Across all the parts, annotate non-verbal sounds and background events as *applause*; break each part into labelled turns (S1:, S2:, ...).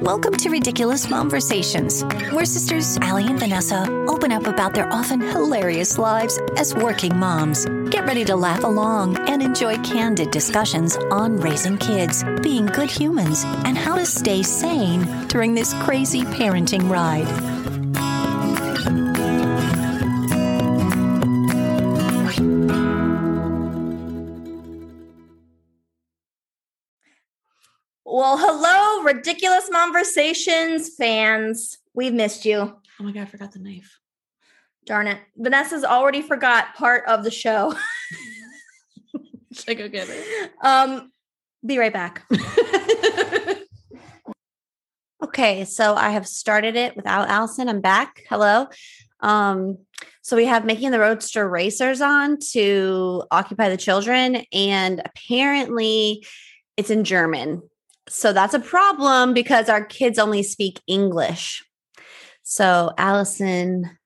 S1: Welcome to Ridiculous Momversations, where sisters Allie and Vanessa open up about their often hilarious lives as working moms. Get ready to laugh along and enjoy candid discussions on raising kids, being good humans, and how to stay sane during this crazy parenting ride.
S2: Well, hello, ridiculous conversations fans. We've missed you.
S3: Oh my god, I forgot the knife.
S2: Darn it. Vanessa's already forgot part of the show.
S3: Should I go get it?
S2: Um, be right back. *laughs*
S4: Okay, so I have started it without Allison. I'm back. Hello. Um, so we have making the roadster racers on to occupy the children, and apparently it's in German. So that's a problem because our kids only speak English. So Allison,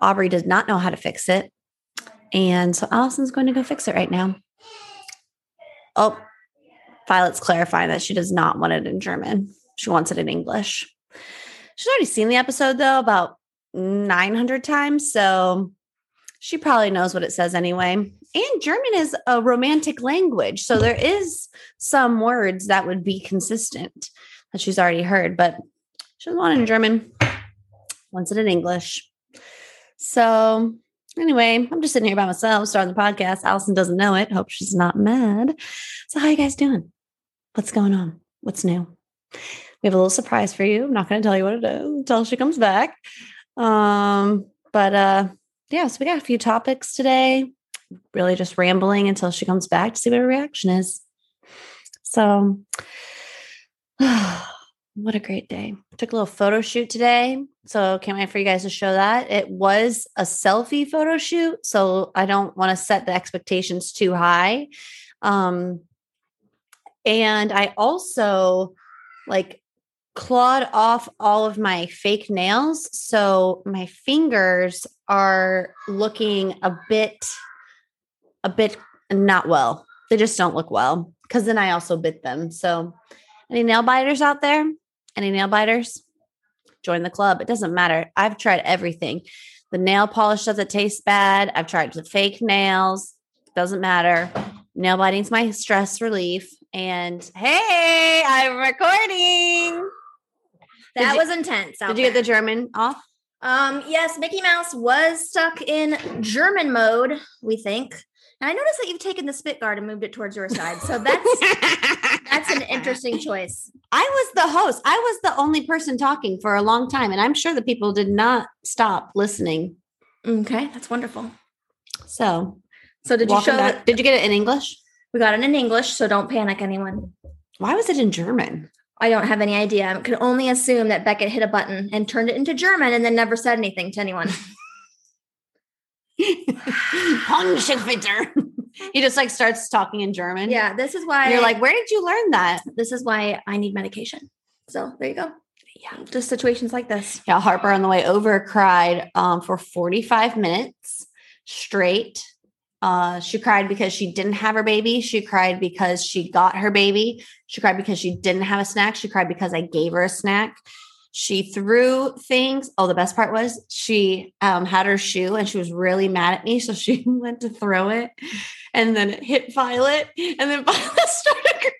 S4: Aubrey does not know how to fix it. And so Allison's going to go fix it right now. Oh, Violet's clarifying that she does not want it in German. She wants it in English. She's already seen the episode though about 900 times, so she probably knows what it says anyway. And German is a romantic language, so there is some words that would be consistent that she's already heard, but she doesn't want it in German. Wants it in English. So anyway, I'm just sitting here by myself starting the podcast. Allison doesn't know it. Hope she's not mad. So how you guys doing? What's going on? What's new? We have a little surprise for you. I'm not going to tell you what it is until she comes back. Um, but uh, yeah, so we got a few topics today. Really just rambling until she comes back to see what her reaction is. So, *sighs* what a great day. Took a little photo shoot today. So, can't wait for you guys to show that. It was a selfie photo shoot. So, I don't want to set the expectations too high. Um, and I also like clawed off all of my fake nails. So my fingers are looking a bit, a bit not well. They just don't look well because then I also bit them. So any nail biters out there? Any nail biters? Join the club. It doesn't matter. I've tried everything. The nail polish doesn't taste bad. I've tried the fake nails. Doesn't matter. Nail biting's my stress relief. And hey, I'm recording.
S2: That
S4: you-
S2: was intense. out
S4: Did you get the
S2: there.
S4: German off?
S2: um yes, Mickey Mouse was stuck in German mode, we think. And I noticed that you've taken the spit guard and moved it towards your side. So that's that's an interesting choice.
S4: I was the host. I was the only person talking for a long time, and I'm sure the people did not stop listening.
S2: Okay, that's wonderful.
S4: So,
S2: So did
S4: welcome
S2: you show
S4: back.
S2: it?
S4: Did you get it in English?
S2: We got it in English, so don't panic anyone.
S4: Why was it in German? *laughs*
S2: I don't have any idea. I can only assume that Beckett hit a button and turned it into German and then never said anything to anyone.
S4: Ponschenfitter. *laughs* he just like starts talking in German.
S2: yeah, this is
S4: And
S2: why
S4: you're like, where did you learn that?
S2: this is why I need medication. So there you go. Yeah, just situations like this.
S4: Yeah, Harper on the way over cried um, for 45 minutes straight. Uh, she cried because she didn't have her baby. She cried because she got her baby. She cried because she didn't have a snack. She cried because I gave her a snack. She threw things. Oh, the best part was she um, had her shoe and she was really mad at me. So *laughs* she went to throw it and then it hit Violet. And then *laughs* Violet started crying.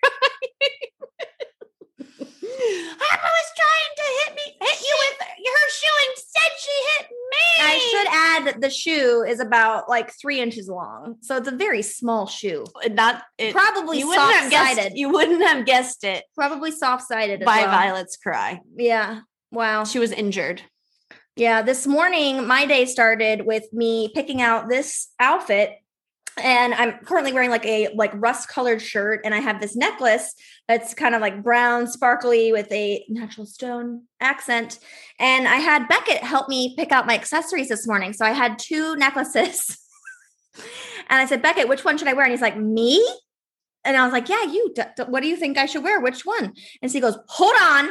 S4: Harper was trying to hit me, hit you with her shoe and said she hit me.
S2: I should add that the shoe is about like three inches long, so it's a very small shoe.
S4: should not. It,
S2: Probably
S4: you wouldn't
S2: soft
S4: have guessed.
S2: sided.
S4: You wouldn't have guessed it
S2: Probably soft sided.
S4: by
S2: well.
S4: Violet's cry.
S2: Yeah. Wow.
S4: She was injured.
S2: Yeah, this morning my day started with me picking out this outfit and I'm currently wearing like a like rust colored shirt and I have this necklace that's kind of like brown sparkly with a natural stone accent and I had Beckett help me pick out my accessories this morning. So I had two necklaces. *laughs* and I said, "Beckett, which one should I wear?" And he's like, "Me?" And I was like, "Yeah, you. D- d- what do you think I should wear? Which one?" And so he goes, "Hold on."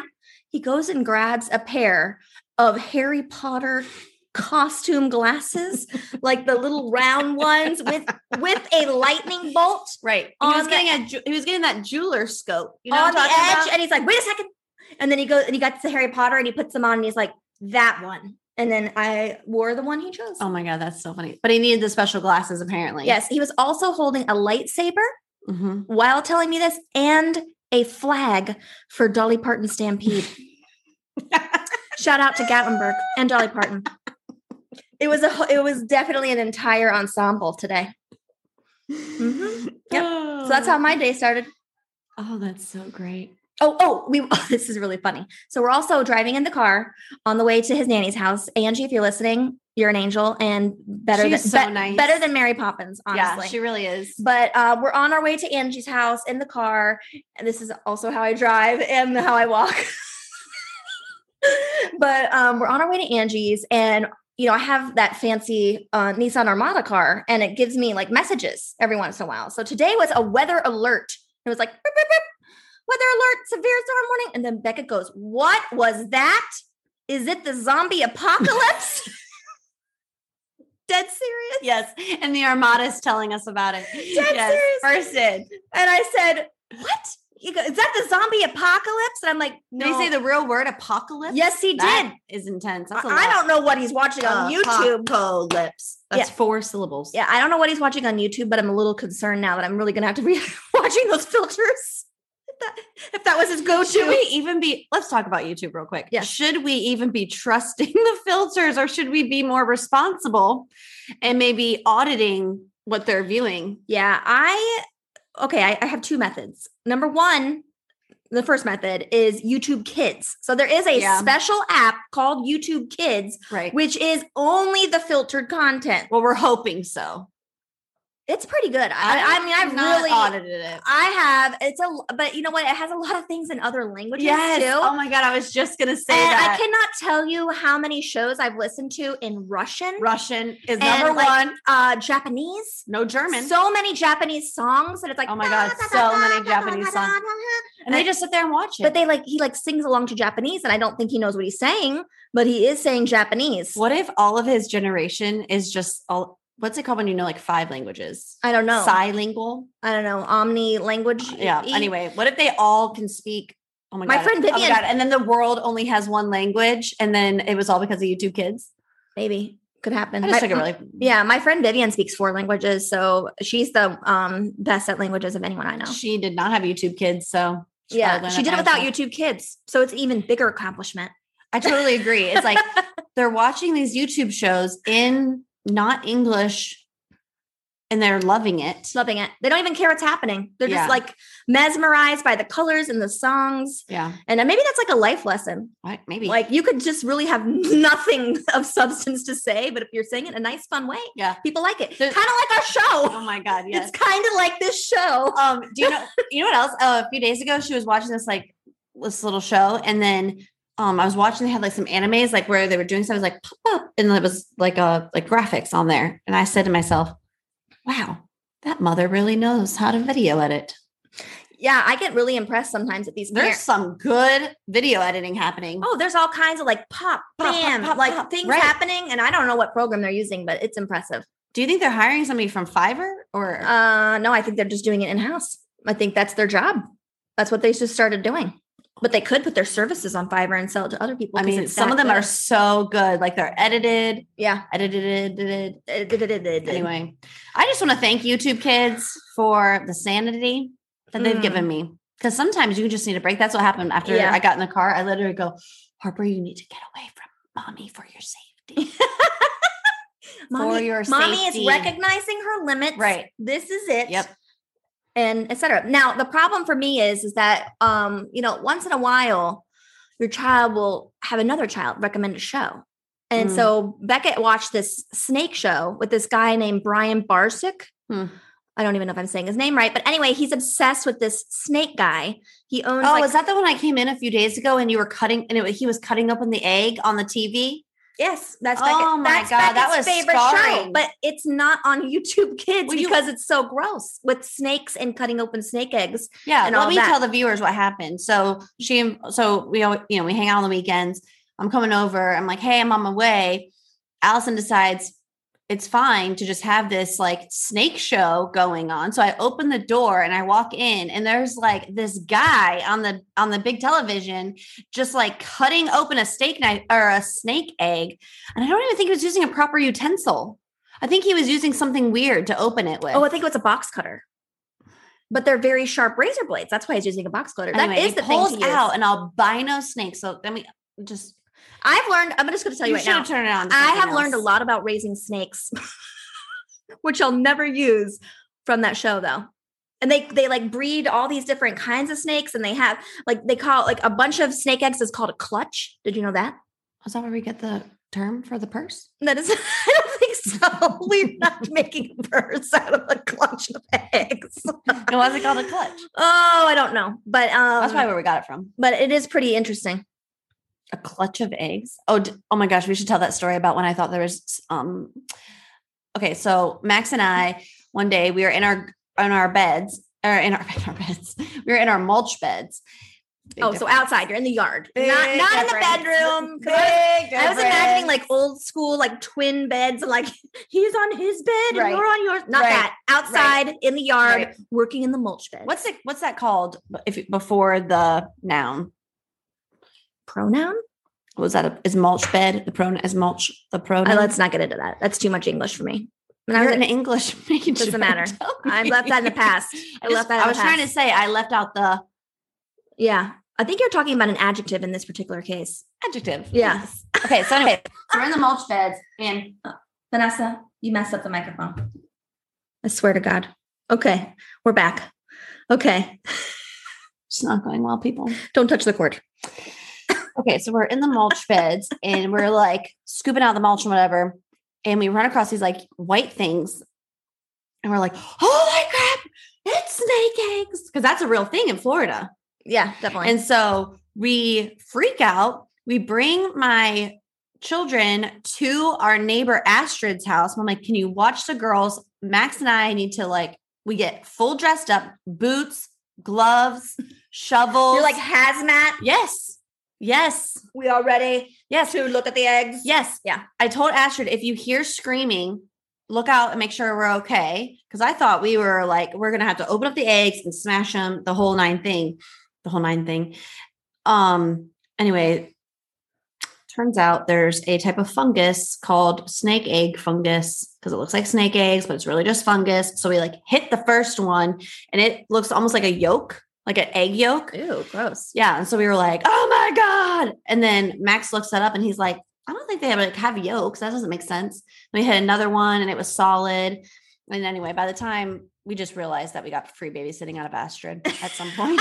S2: He goes and grabs a pair of Harry Potter costume
S4: *laughs*
S2: glasses, like the little round ones with with a lightning bolt
S4: Right. He
S2: On
S4: was
S2: the-
S4: getting a. ju- He was getting that jeweler scope. You know
S2: on
S4: what
S2: the
S4: I'm
S2: edge.
S4: talking
S2: And he's like, "Wait a second. And then he goes and he gets to Harry Potter and he puts them on and he's like, that one. And then I wore the one he chose.
S4: Oh my god, that's so funny. But he needed the special glasses apparently.
S2: Yes. He was also holding a lightsaber
S4: hmm
S2: while telling me this and a flag for Dolly
S4: *laughs*
S2: Parton Stampede. Shout out to Gatlinburg and Dolly Parton. It was a ho- it was definitely an entire
S4: *laughs*
S2: ensemble today. Mhm. Yep.
S3: Oh.
S2: So that's how my day started.
S3: Oh, that's so great.
S2: Oh, oh, we *laughs* this is really funny. So we're also driving in the car on the way to his nanny's house. Angie, if you're listening, you're an angel and better
S4: She's
S2: than
S4: so
S2: be-
S4: nice.
S2: better than Mary Poppins, honestly.
S4: Yeah, she really is.
S2: But uh, we're on our way to Angie's house in the car. And this is also how I drive and how I walk. *laughs* but um, we're on our way to Angie's, and you know I have that fancy uh, Nissan Armada car, and it gives me like messages every once in a while. So today was a weather alert. It was like "Beep, beep, beep. weather alert, severe storm warning, and then Becca goes, "What was that? Is it the zombie apocalypse?" *laughs* Dead serious.
S4: Yes, and the Armada is telling us about *gasps* it.
S2: Dead serious.
S4: first did.
S2: And I said, What? You go, is that the zombie apocalypse? And I'm like, No.
S4: Did he say the real word apocalypse?
S2: yes, he
S4: That is intense.
S2: did.
S4: That's a
S2: I I
S4: lot.
S2: don't know what he's watching on YouTube.
S4: Apocalypse. That's
S2: Yeah.
S4: four syllables.
S2: Yeah, I don't know what he's watching on YouTube, but I'm a little concerned now that I'm really gonna have to be *laughs* watching those filters. If that, if that was his
S4: Should
S2: go-to.
S4: we even be? Let's talk about YouTube real quick.
S2: Yeah.
S4: Should we even be trusting *laughs* the filters, or should we be more responsible and maybe auditing what they're viewing?
S2: Yeah, I okay, I, I have two methods. Number one, the first method is YouTube Kids. So there is a
S4: Yeah.
S2: special app called YouTube Kids,
S4: Right.
S2: which is only the filtered content.
S4: well, we're hoping so.
S2: It's pretty good. I, I mean, I've
S4: not
S2: really
S4: audited it.
S2: I have. It's a, but you know what? It has a lot of things in other languages
S4: Yes.
S2: too.
S4: Oh my god, I was just gonna say
S2: and I
S4: that.
S2: cannot tell you how many shows I've listened to in Russian,
S4: Russian is
S2: and,
S4: number
S2: like,
S4: one.
S2: uh, Japanese.
S4: No German.
S2: So many Japanese songs that it's like,
S4: Oh my God, so many Japanese songs. and they just sit there and watch it.
S2: But they like, he like sings along to Japanese, and I don't think he knows what he's saying, but he is saying Japanese.
S4: what if all of his generation is just all? What's it called when you know like five languages?
S2: I don't know.
S4: Silingual.
S2: I don't know. Omni language.
S4: Yeah.
S2: E-
S4: Anyway, what if they all can speak? Oh my,
S2: My
S4: god!
S2: friend
S4: oh my
S2: Vivian-
S4: god, And then the world only has one language, and then it was all because of YouTube Kids.
S2: Maybe could happen.
S4: I just
S2: My-
S4: took it
S2: *laughs*
S4: really.
S2: Yeah, my friend Vivian speaks four languages, so she's the um best at languages of anyone I know.
S4: She did not have YouTube Kids, so she'll
S2: yeah,
S4: learn
S2: she
S4: by
S2: did it without
S4: herself.
S2: YouTube Kids, so it's even bigger accomplishment.
S4: I totally agree. It's
S2: *laughs*
S4: like they're watching these YouTube shows in not English, and they're loving it.
S2: Loving it. They don't even care what's happening. They're
S4: Yeah.
S2: just like mesmerized by the colors and the songs,
S4: Yeah,
S2: and maybe that's like a life lesson.
S4: What? maybe.
S2: Like you could just really have *laughs* nothing of substance to say, but if you're saying it in a nice, fun way,
S4: Yeah.
S2: people like it.
S4: There-
S2: Kind of like our show.
S4: oh my god! Yes.
S2: It's kind of like this show.
S4: um do you know you know what else oh a few days ago she was watching this like this little show and then um i was watching they had like some animes like where they were doing something it was like pop up and it was like a like graphics on there and i said to myself wow that mother really knows how to video edit
S2: Yeah, I get really impressed sometimes at these.
S4: there's
S2: parents.
S4: some good video editing happening
S2: Oh, there's all kinds of like pop,
S4: Pop, pop,
S2: bam,
S4: pop,
S2: like
S4: pop,
S2: things
S4: right.
S2: happening. And I don't know what program they're using, but it's impressive.
S4: do you think they're hiring somebody from fiverr or
S2: Uh, no, I think they're just doing it in house. I think that's their job. That's what they just started doing. But they could put their services on Fiverr and sell it to other people.
S4: i
S2: 'cause
S4: mean
S2: it's
S4: some of
S2: that
S4: them are
S2: good.
S4: so good like they're edited
S2: yeah.
S4: edited edited
S2: Anyway,
S4: anyway, I just want to thank YouTube kids for the sanity that they've
S2: Mm.
S4: given me. Because sometimes you just need a break. That's what happened after
S2: Yeah.
S4: I got in the car. I literally go, Harper, you need to get away from mommy for your safety.
S2: mommy,
S4: your
S2: mommy
S4: safety.
S2: is recognizing her limits.
S4: Right.
S2: This is it.
S4: Yep.
S2: and etc. Now, the problem for me is is that um, you know, once in a while your child will have another child recommend a show. And
S4: Mm.
S2: so Beckett watched this snake show with this guy named Brian Barsick.
S4: Hmm.
S2: I don't even know if I'm saying his name right, but anyway, he's obsessed with this snake guy. He
S4: Oh,
S2: owns like,
S4: is that the one I came in a few days ago and you were cutting and it, he was cutting open the egg on the TV?
S2: yes, that's
S4: Oh
S2: Beckett.
S4: my
S2: that's
S4: God, that
S2: Beckett's
S4: was scarring.
S2: but it's not on *laughs* YouTube Kids
S4: Well, you-
S2: because it's so gross with snakes and cutting open snake eggs.
S4: Yeah,
S2: and
S4: let
S2: all
S4: me
S2: that.
S4: tell the viewers what happened. So she, so we, al- you know, we hang out on the weekends. I'm coming over. I'm like, hey, I'm on my way. Allison decides it's fine to just have this like snake show going on. So I open the door and I walk in and there's like this guy on the on the big television just like cutting open a steak knife or a snake egg. And I don't even think he was using a proper utensil. I think he was using something weird to open it with.
S2: Oh, I think it was a box cutter. But they're very sharp razor blades. That's why he's using a box cutter. that
S4: Anyway,
S2: is
S4: he
S2: the
S4: pulls
S2: thing to use.
S4: out an albino snake. So I mean just
S2: I've learned. I'm just going to tell you, right
S4: should
S2: now.
S4: have turned it on. to
S2: I
S4: something
S2: have learned a
S4: else.
S2: lot about raising snakes, *laughs* which I'll never use from that show though. And they they like breed all these different kinds of snakes, and they have like they call like a bunch of snake eggs is called a clutch. Did you know that?
S4: Is that where we get the term for the purse?
S2: That is, *laughs* I don't think so. *laughs* We're not making birds out of a clutch of
S4: *laughs*
S2: eggs.
S4: It wasn't called a clutch.
S2: *laughs* Oh, I don't know, but um,
S4: That's probably where we got it from.
S2: but it is pretty interesting.
S4: a clutch of eggs. Oh, d- oh my gosh, we should tell that story about when I thought there was um Okay, so Max and I one day we were in our on our beds or in our, *laughs* in our beds. We were in our mulch beds. Big
S2: oh, so
S4: difference.
S2: outside, you're in the yard, not
S4: Big
S2: not in
S4: difference.
S2: the bedroom. 'cause I was-
S4: Big
S2: I was
S4: difference.
S2: imagining like old school, like twin beds, like *laughs* he's on his bed and
S4: Right.
S2: you're on yours. Not
S4: Right.
S2: that outside in the yard,
S4: Right.
S2: working in the mulch bed.
S4: what's it what's that called if before the noun?
S2: pronoun?
S4: What was that a, is mulch bed the pronoun is mulch the
S2: Uh,
S4: pronoun?
S2: let's not get into that. That's too much English for me. When I
S4: You're
S2: was
S4: *laughs* an
S2: in,
S4: English major.
S2: Doesn't matter.
S4: Tell
S2: I
S4: me.
S2: left that in the past. I
S4: just-
S2: left
S4: *laughs*
S2: that.
S4: I was trying to say I left out the
S2: Yeah, I think you're talking about an adjective in this particular case.
S4: adjective.
S2: Yes.
S4: Okay, so anyway, so we're in the mulch beds and
S2: Vanessa, you messed up the microphone. I swear to God. Okay, we're back. Okay,
S4: it's not going well, people.
S2: don't touch the cord.
S4: Okay, so we're in the
S2: *laughs*
S4: mulch beds and we're like scooping out the mulch and whatever. And we run across these like white things. And we're like, oh my crap, it's snake eggs. Because that's a real thing in Florida.
S2: Yeah, definitely.
S4: And so we freak out. We bring my children to our neighbor Astrid's house. I'm like, can you watch the girls? Max and I need to like, we get full dressed up, boots, gloves, shovels.
S2: you're like hazmat.
S4: yes, yes,
S2: We are ready
S4: yes,
S2: to look at the eggs.
S4: yes.
S2: Yeah.
S4: I told Astrid, if you hear screaming, look out and make sure we're okay. Cause I thought we were like, we're going to have to open up the eggs and smash them, the whole nine thing, the whole nine thing. Um, anyway, turns out there's a type of fungus called snake egg fungus because it looks like snake eggs, but it's really just fungus. So we like hit the first one and it looks almost like a yolk, like an egg yolk.
S2: Ew, *laughs* gross.
S4: Yeah. And so we were like, oh my God. And then Max looks that up and he's like, I don't think they have like have yolks. That doesn't make sense. And we hit another one and it was solid. And anyway, by the time we just realized that we got free babysitting out of Astrid at some
S2: *laughs*
S4: point.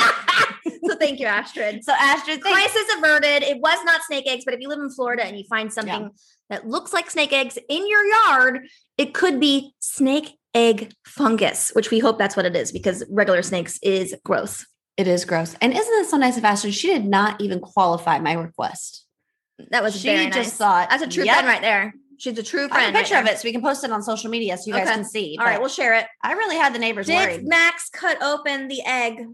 S2: so thank you, Astrid.
S4: so Astrid, thanks.
S2: Crisis averted. It was not snake eggs, but if you live in Florida and you find something that looks like snake eggs in your yard, it could be snake egg fungus, which we hope that's what it is because regular snakes is gross.
S4: it is gross. And isn't it so nice of Astrid? She did not even qualify my request.
S2: That was
S4: she
S2: very
S4: just
S2: nice.
S4: thought
S2: That's a true
S4: yep.
S2: friend right there. She's a
S4: I
S2: true
S4: have
S2: friend.
S4: a picture of it so we can post it on social media so you guys
S2: Okay.
S4: can see.
S2: All right,
S4: but
S2: we'll share it.
S4: I really had the neighbors
S2: Did
S4: worried.
S2: Max cut open the egg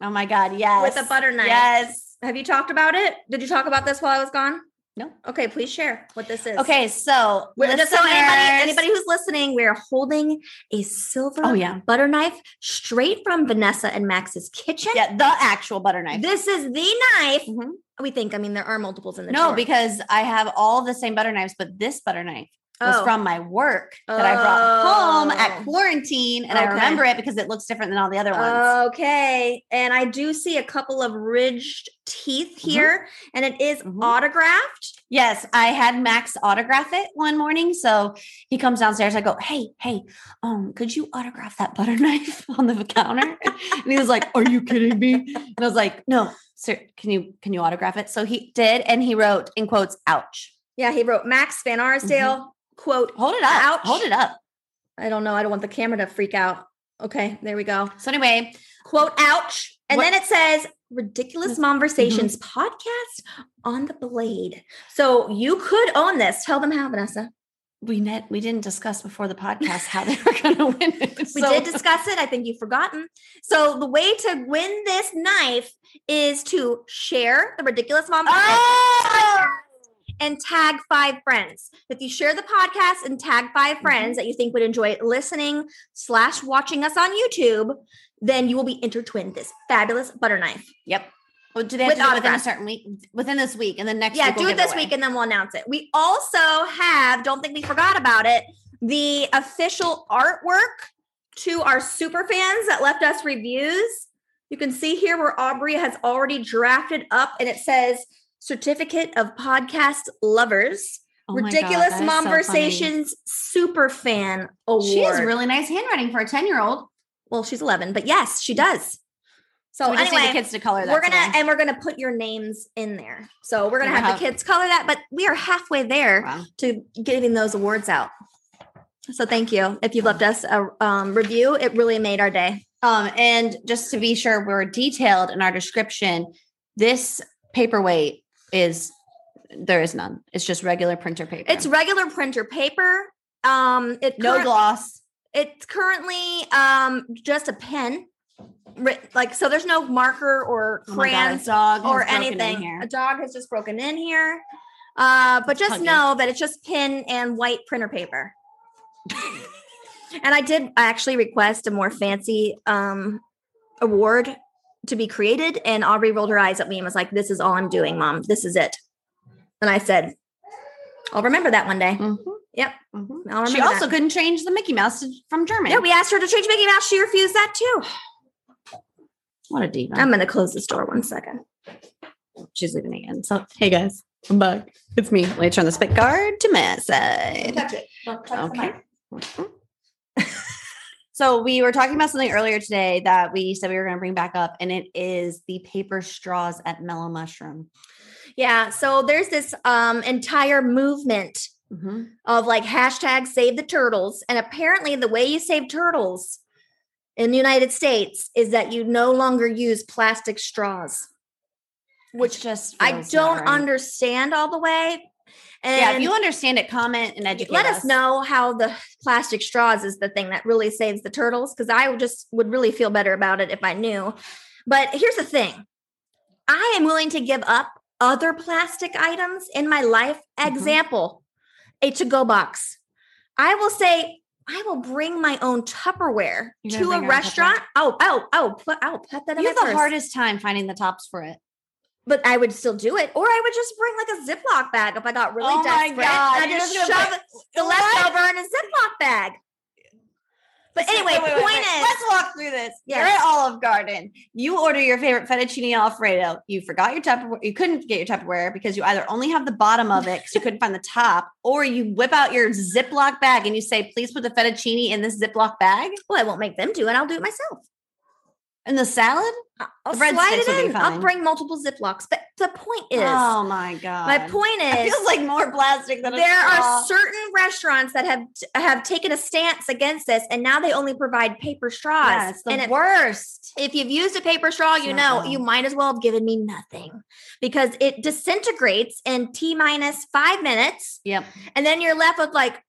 S4: Oh my God. Yes.
S2: with a butter knife?
S4: Yes.
S2: Have you talked about it? Did you talk about this while I was gone?
S4: No.
S2: Okay, please share what this is.
S4: Okay. So,
S2: We're- just so anybody,
S4: listeners-
S2: anybody who's listening, we're holding a silver
S4: Oh, yeah.
S2: butter knife straight from Vanessa and Max's kitchen.
S4: Yeah, the actual butter knife.
S2: This is the knife.
S4: Mhm.
S2: We think. I mean, there are multiples in the
S4: No,
S2: drawer.
S4: because I have all the same butter knives, but this butter knife was
S2: Oh.
S4: from my work that I brought home
S2: Oh.
S4: at quarantine, and I
S2: Okay. Oh.
S4: remember it because it looks different than all the other ones.
S2: Okay, and I do see a couple of ridged teeth
S4: Mm-hmm.
S2: here, and it is
S4: Mhm.
S2: autographed.
S4: yes, I had Max autograph it one morning, so he comes downstairs. I go, "Hey, hey, um, could you autograph that butter *laughs* knife on the counter?"
S2: *laughs*
S4: and he was like, "Are you kidding me?" And I was like, "No, sir, can you can you autograph it?" So he did, and he wrote in quotes, "Ouch."
S2: Yeah, he wrote Max Van Arsdale quote.
S4: Mm-hmm. Hold it up.
S2: Ouch.
S4: Hold it up.
S2: I don't know. I don't want the camera to freak out. Okay, there we go.
S4: So anyway,
S2: quote ouch and
S4: What- Mm-hmm.
S2: then it says ridiculous conversations podcast on the blade so you could own this tell them how vanessa
S4: we net we didn't discuss before the podcast how they were going to *laughs* win it.
S2: we
S4: So-
S2: did discuss it i think you've forgotten so the way to win this knife is to share the ridiculous mom
S4: Oh!
S2: and tag five friends. If you share the podcast and tag five
S4: Mm-hmm.
S2: friends that you think would enjoy listening slash watching us on YouTube, then you will be intertwined this fabulous butter knife.
S4: Yep. Well, do they have
S2: With
S4: to do it within a
S2: autographs.
S4: certain week? Within this week, and then next.
S2: Yeah,
S4: week we'll
S2: do it
S4: give
S2: this
S4: away.
S2: week and then we'll announce it. We also have, don't think we forgot about it, the official artwork to our super fans that left us reviews. You can see here where Aubrey has already drafted up and it says certificate of podcast lovers.
S4: Oh my God,
S2: Ridiculous
S4: that is so funny.
S2: Momversations Super Fan Award.
S4: She has really nice handwriting for a ten-year-old.
S2: well, she's 11, but yes, she does. So,
S4: we just need the
S2: anyway,
S4: kids to color that.
S2: we're gonna
S4: today.
S2: and we're gonna put your names in there. So we're gonna
S4: We'll
S2: have, the kids color that, but we are halfway there
S4: Wow.
S2: to getting those awards out. So thank you. If you've left us a um, review, it really made our day.
S4: Um, and just to be sure we're detailed in our description, this paperweight is there is none. It's just regular printer paper.
S2: It's regular printer paper. Um, it
S4: no
S2: curr-
S4: gloss.
S2: It's currently um just a pen, writ- like so. There's no marker or
S4: Oh my God, a
S2: crayons
S4: dog has
S2: or
S4: broken in
S2: anything.
S4: here.
S2: A dog has just broken in here. Uh, but just
S4: Hugging.
S2: know that it's just pin and white
S4: *laughs*
S2: printer paper. and I did actually request a more fancy um, award to be created. And Aubrey rolled her eyes at me and was like, This is all I'm doing, mom. This is it. And I said, I'll remember that one day.
S4: Mhm,
S2: Yep.
S4: mhm.
S2: I'll remember.
S4: She also couldn't change the Mickey Mouse to, from German.
S2: yeah, we asked her to change Mickey Mouse. She refused that too.
S4: what a diva.
S2: I'm going to close this door one second.
S4: She's leaving again. So hey guys, I'm back. It's me. Let me turn the spit guard to my side.
S2: Touch it.
S4: Okay. *laughs* So we were talking about something earlier today that we said we were going to bring back up, and it is the paper straws at Mellow Mushroom.
S2: Yeah. So there's this um, entire movement
S4: Mhm.
S2: of like hashtag save the turtles. And apparently, the way you save turtles in the United States is that you no longer use plastic straws,
S4: Which
S2: which
S4: just
S2: I
S4: feels not
S2: don't
S4: right.
S2: understand all the way. And
S4: Yeah, if you understand it, comment and educate.
S2: let us know how the plastic straws is the thing that really saves the turtles because I would just would really feel better about it if I knew. But here's the thing I am willing to give up other plastic items in my life.
S4: Mhm.
S2: Example, a to go box. I will say, I will bring my own Tupperware
S4: You're gonna
S2: to
S4: bring
S2: a
S4: your own
S2: restaurant. Oh, oh, oh, put, I'll put that
S4: You
S2: in my
S4: have the
S2: purse.
S4: hardest time finding the tops for it.
S2: But I would still do it, or I would just bring like a Ziploc bag if I got really
S4: Oh my
S2: desperate.
S4: God,
S2: and I
S4: you're
S2: just
S4: just
S2: shove
S4: gonna
S2: the
S4: What?
S2: leftover in a Ziploc bag. But anyway,
S4: Wait, wait, wait,
S2: point
S4: wait.
S2: is,
S4: let's walk through this. You're
S2: Yes.
S4: at Olive Garden. You order your favorite fettuccine alfredo. You forgot your Tupperware. You couldn't get your Tupperware because you either only have the bottom of it because you couldn't find the top, or you whip out your Ziploc bag and you say, "Please put the fettuccine in this Ziploc bag."
S2: well, I won't make them do it. I'll do it myself.
S4: And the salad
S2: I- I'll
S4: The breadsticks
S2: slide
S4: will be
S2: it in. I'll
S4: fine.
S2: bring multiple Ziplocs. But the point is,
S4: Oh my god!
S2: my point
S4: It
S2: is,
S4: feels like more plastic than a
S2: there
S4: straw.
S2: are certain restaurants that have have taken a stance against this, and now they only provide paper straws.
S4: Yeah, it's the
S2: and it
S4: worst.
S2: if you've used a paper straw, you
S4: not
S2: know
S4: well.
S2: you might as well have given me nothing because it disintegrates in t minus five minutes,
S4: Yep.
S2: and then you're left with like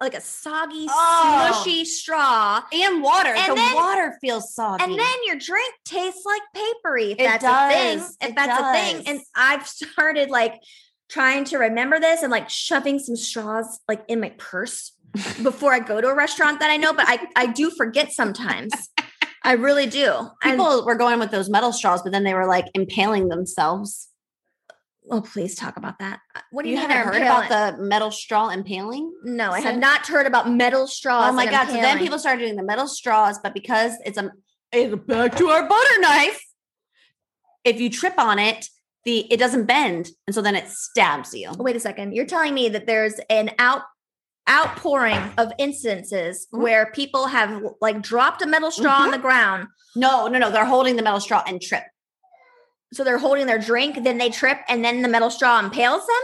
S2: like a soggy,
S4: Oh.
S2: smushy straw,
S4: And water.
S2: And
S4: the
S2: then-
S4: water feels soggy.
S2: and then your drink tastes like papery. If
S4: It
S2: that's a
S4: does.
S2: thing, if
S4: It
S2: that's a thing,
S4: does.
S2: and I've started like trying to remember this and like shoving some straws like in my purse before I go to a restaurant that I know, but I I do forget sometimes. I really do.
S4: *laughs*
S2: And-
S4: people were going with those metal straws, but then they were like impaling themselves.
S2: Oh, please talk about that. Uh, What do
S4: You,
S2: you, mean
S4: haven't heard
S2: they're impaling?
S4: about the metal straw impaling?
S2: No, I have
S4: Sen-
S2: not heard about metal straws.
S4: oh my
S2: and
S4: god! So then
S2: impaling.
S4: people started doing the metal straws, but because it's a it's back to our butter knife. If you trip on it, the it doesn't bend, and so then it stabs you.
S2: Wait a second. You're telling me that there's an out outpouring of instances
S4: Mhm.
S2: where people have like dropped a metal straw on the ground,
S4: No, no, no. They're holding the metal straw and trip,
S2: so they're holding their drink, then they trip, and then the metal straw impales them.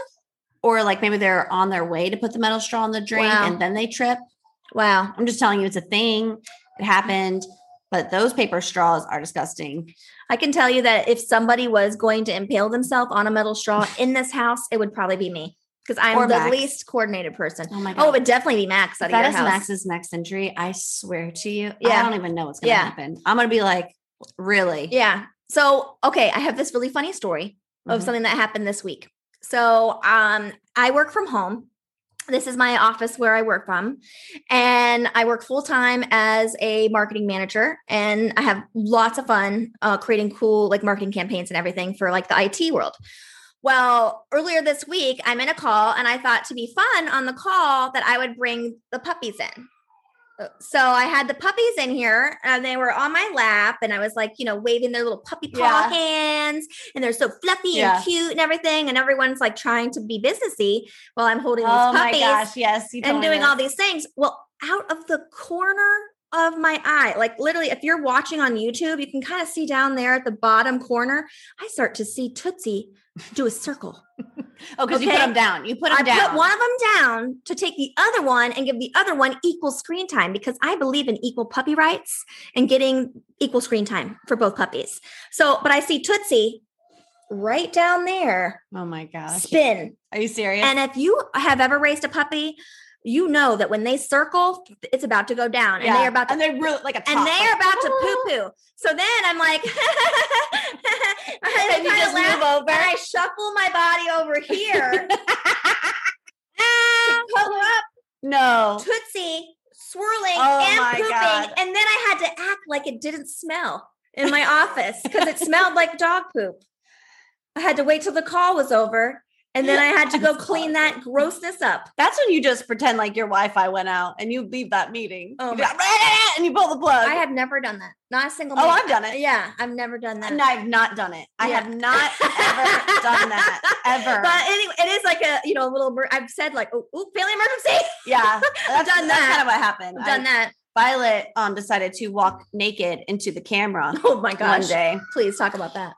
S4: or like maybe they're on their way to put the metal straw on the drink,
S2: Wow.
S4: and then they trip.
S2: Wow.
S4: I'm just telling you, it's a thing. It happened, but those paper straws are disgusting.
S2: I can tell you that if somebody was going to impale themselves on a metal *sighs* straw in this house, it would probably be me because I'm
S4: Or
S2: the
S4: Max.
S2: least coordinated person.
S4: Oh my god!
S2: Oh, it would definitely be Max out
S4: If
S2: of
S4: that
S2: your
S4: is
S2: house.
S4: Max's next injury, I swear to you, I
S2: Yeah.
S4: don't even know what's gonna
S2: Yeah.
S4: happen. I'm gonna be like, really?
S2: Yeah. So, okay, I have this really funny story of
S4: Mhm.
S2: something that happened this week. So um, I work from home. This is my office where I work from, and I work full time as a marketing manager. And I have lots of fun uh, creating cool like marketing campaigns and everything for like the IT world. Well, earlier this week, I'm in a call, and I thought to be fun on the call that I would bring the puppies in so I had the puppies in here and they were on my lap and I was like, you know, waving their little puppy paw
S4: Yeah.
S2: hands and they're so fluffy
S4: Yeah.
S2: and cute and everything. And everyone's like trying to be businessy while I'm holding
S4: Oh
S2: these
S4: my
S2: puppies
S4: gosh, yes, you
S2: and
S4: told me
S2: doing
S4: this.
S2: all these things. Well, out of the corner of my eye, like literally, if you're watching on YouTube, you can kind of see down there at the bottom corner. I start to see Tootsie do a circle.
S4: Oh, because you
S2: Okay.
S4: put them down. You *laughs* put them
S2: I
S4: down.
S2: put one of them down to take the other one and give the other one equal screen time because I believe in equal puppy rights and getting equal screen time for both puppies. So, but I see Tootsie right down there
S4: oh my gosh.
S2: spin.
S4: Are you serious?
S2: And if you have ever raised a puppy, you know that when they circle, it's about to go down and they are about to
S4: and they really like a top,
S2: and they are
S4: like,
S2: about *laughs* to poo poo. So then I'm like, *laughs* I
S4: And you
S2: kinda
S4: just
S2: laugh,
S4: move over.
S2: and I shuffle my body over here. *laughs* Ah, pull up
S4: *gasps* no.
S2: Tootsie swirling
S4: Oh my
S2: and pooping,
S4: God.
S2: and then I had to act like it didn't smell in my office because it smelled like dog poop. I had to wait till the call was over, and *laughs* then I had to
S4: I'm
S2: go
S4: sorry.
S2: clean that grossness up.
S4: That's when you just pretend like your Wi-Fi went out and you leave that meeting.
S2: Oh
S4: You
S2: my-
S4: go, "Blah, blah, blah," and you pull the plug.
S2: I have never done that. Not a single.
S4: oh,
S2: minute.
S4: I've done it.
S2: Yeah, I've never done that.
S4: No, I've not done it. I
S2: Yeah.
S4: have
S2: *laughs*
S4: not ever done *laughs* that ever.
S2: But anyway, it is like a you know a little. mer- I've said like, oh, oop, family emergency. *laughs*
S4: *laughs* yeah, that's,
S2: done
S4: That's
S2: that.
S4: kind of what happened.
S2: I've done
S4: I-
S2: that.
S4: Violet um decided to walk naked into the camera
S2: Oh my
S4: one
S2: gosh!
S4: day.
S2: Please talk about that.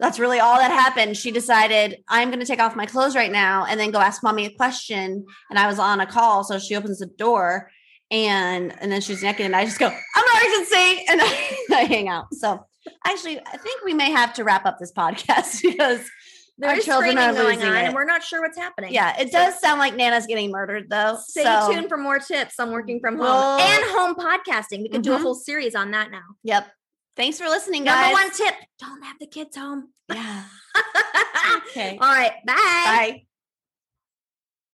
S4: That's really all that happened. She decided I'm going to take off my clothes right now and then go ask mommy a question. And I was on a call, so she opens the door and and then she's naked, and I just go emergency, *laughs* and I, I hang out. So actually, I think we may have to wrap up this *laughs* podcast because our
S2: There's
S4: children are
S2: screaming going
S4: losing
S2: on,
S4: it.
S2: and we're not sure what's happening.
S4: Yeah, it does sound like Nana's getting murdered though.
S2: Stay
S4: so,
S2: tuned for more tips on working from home
S4: Well-
S2: and home podcasting. We could do a
S4: Mhm.
S2: whole series on that now.
S4: Yep. Thanks for listening,
S2: Number
S4: guys.
S2: one tip: don't have the kids home. *laughs*
S4: Yeah. Okay.
S2: All right, bye.
S4: Bye.